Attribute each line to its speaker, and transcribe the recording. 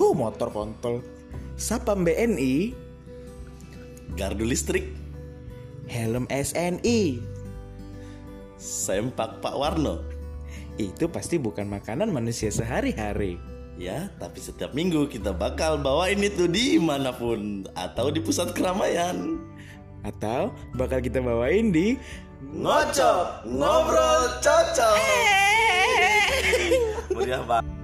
Speaker 1: Uh, motor kontol. Sapam BNI,
Speaker 2: Gardu listrik,
Speaker 1: helm SNI.
Speaker 2: sempak Pak Warno.
Speaker 1: Itu pasti bukan makanan manusia sehari-hari.
Speaker 2: Ya, tapi setiap minggu kita bakal bawain itu dimanapun atau di pusat keramaian.
Speaker 1: Atau bakal kita bawain di
Speaker 2: Eh. Ngocok, ngobrol, cocok. Meriah banget.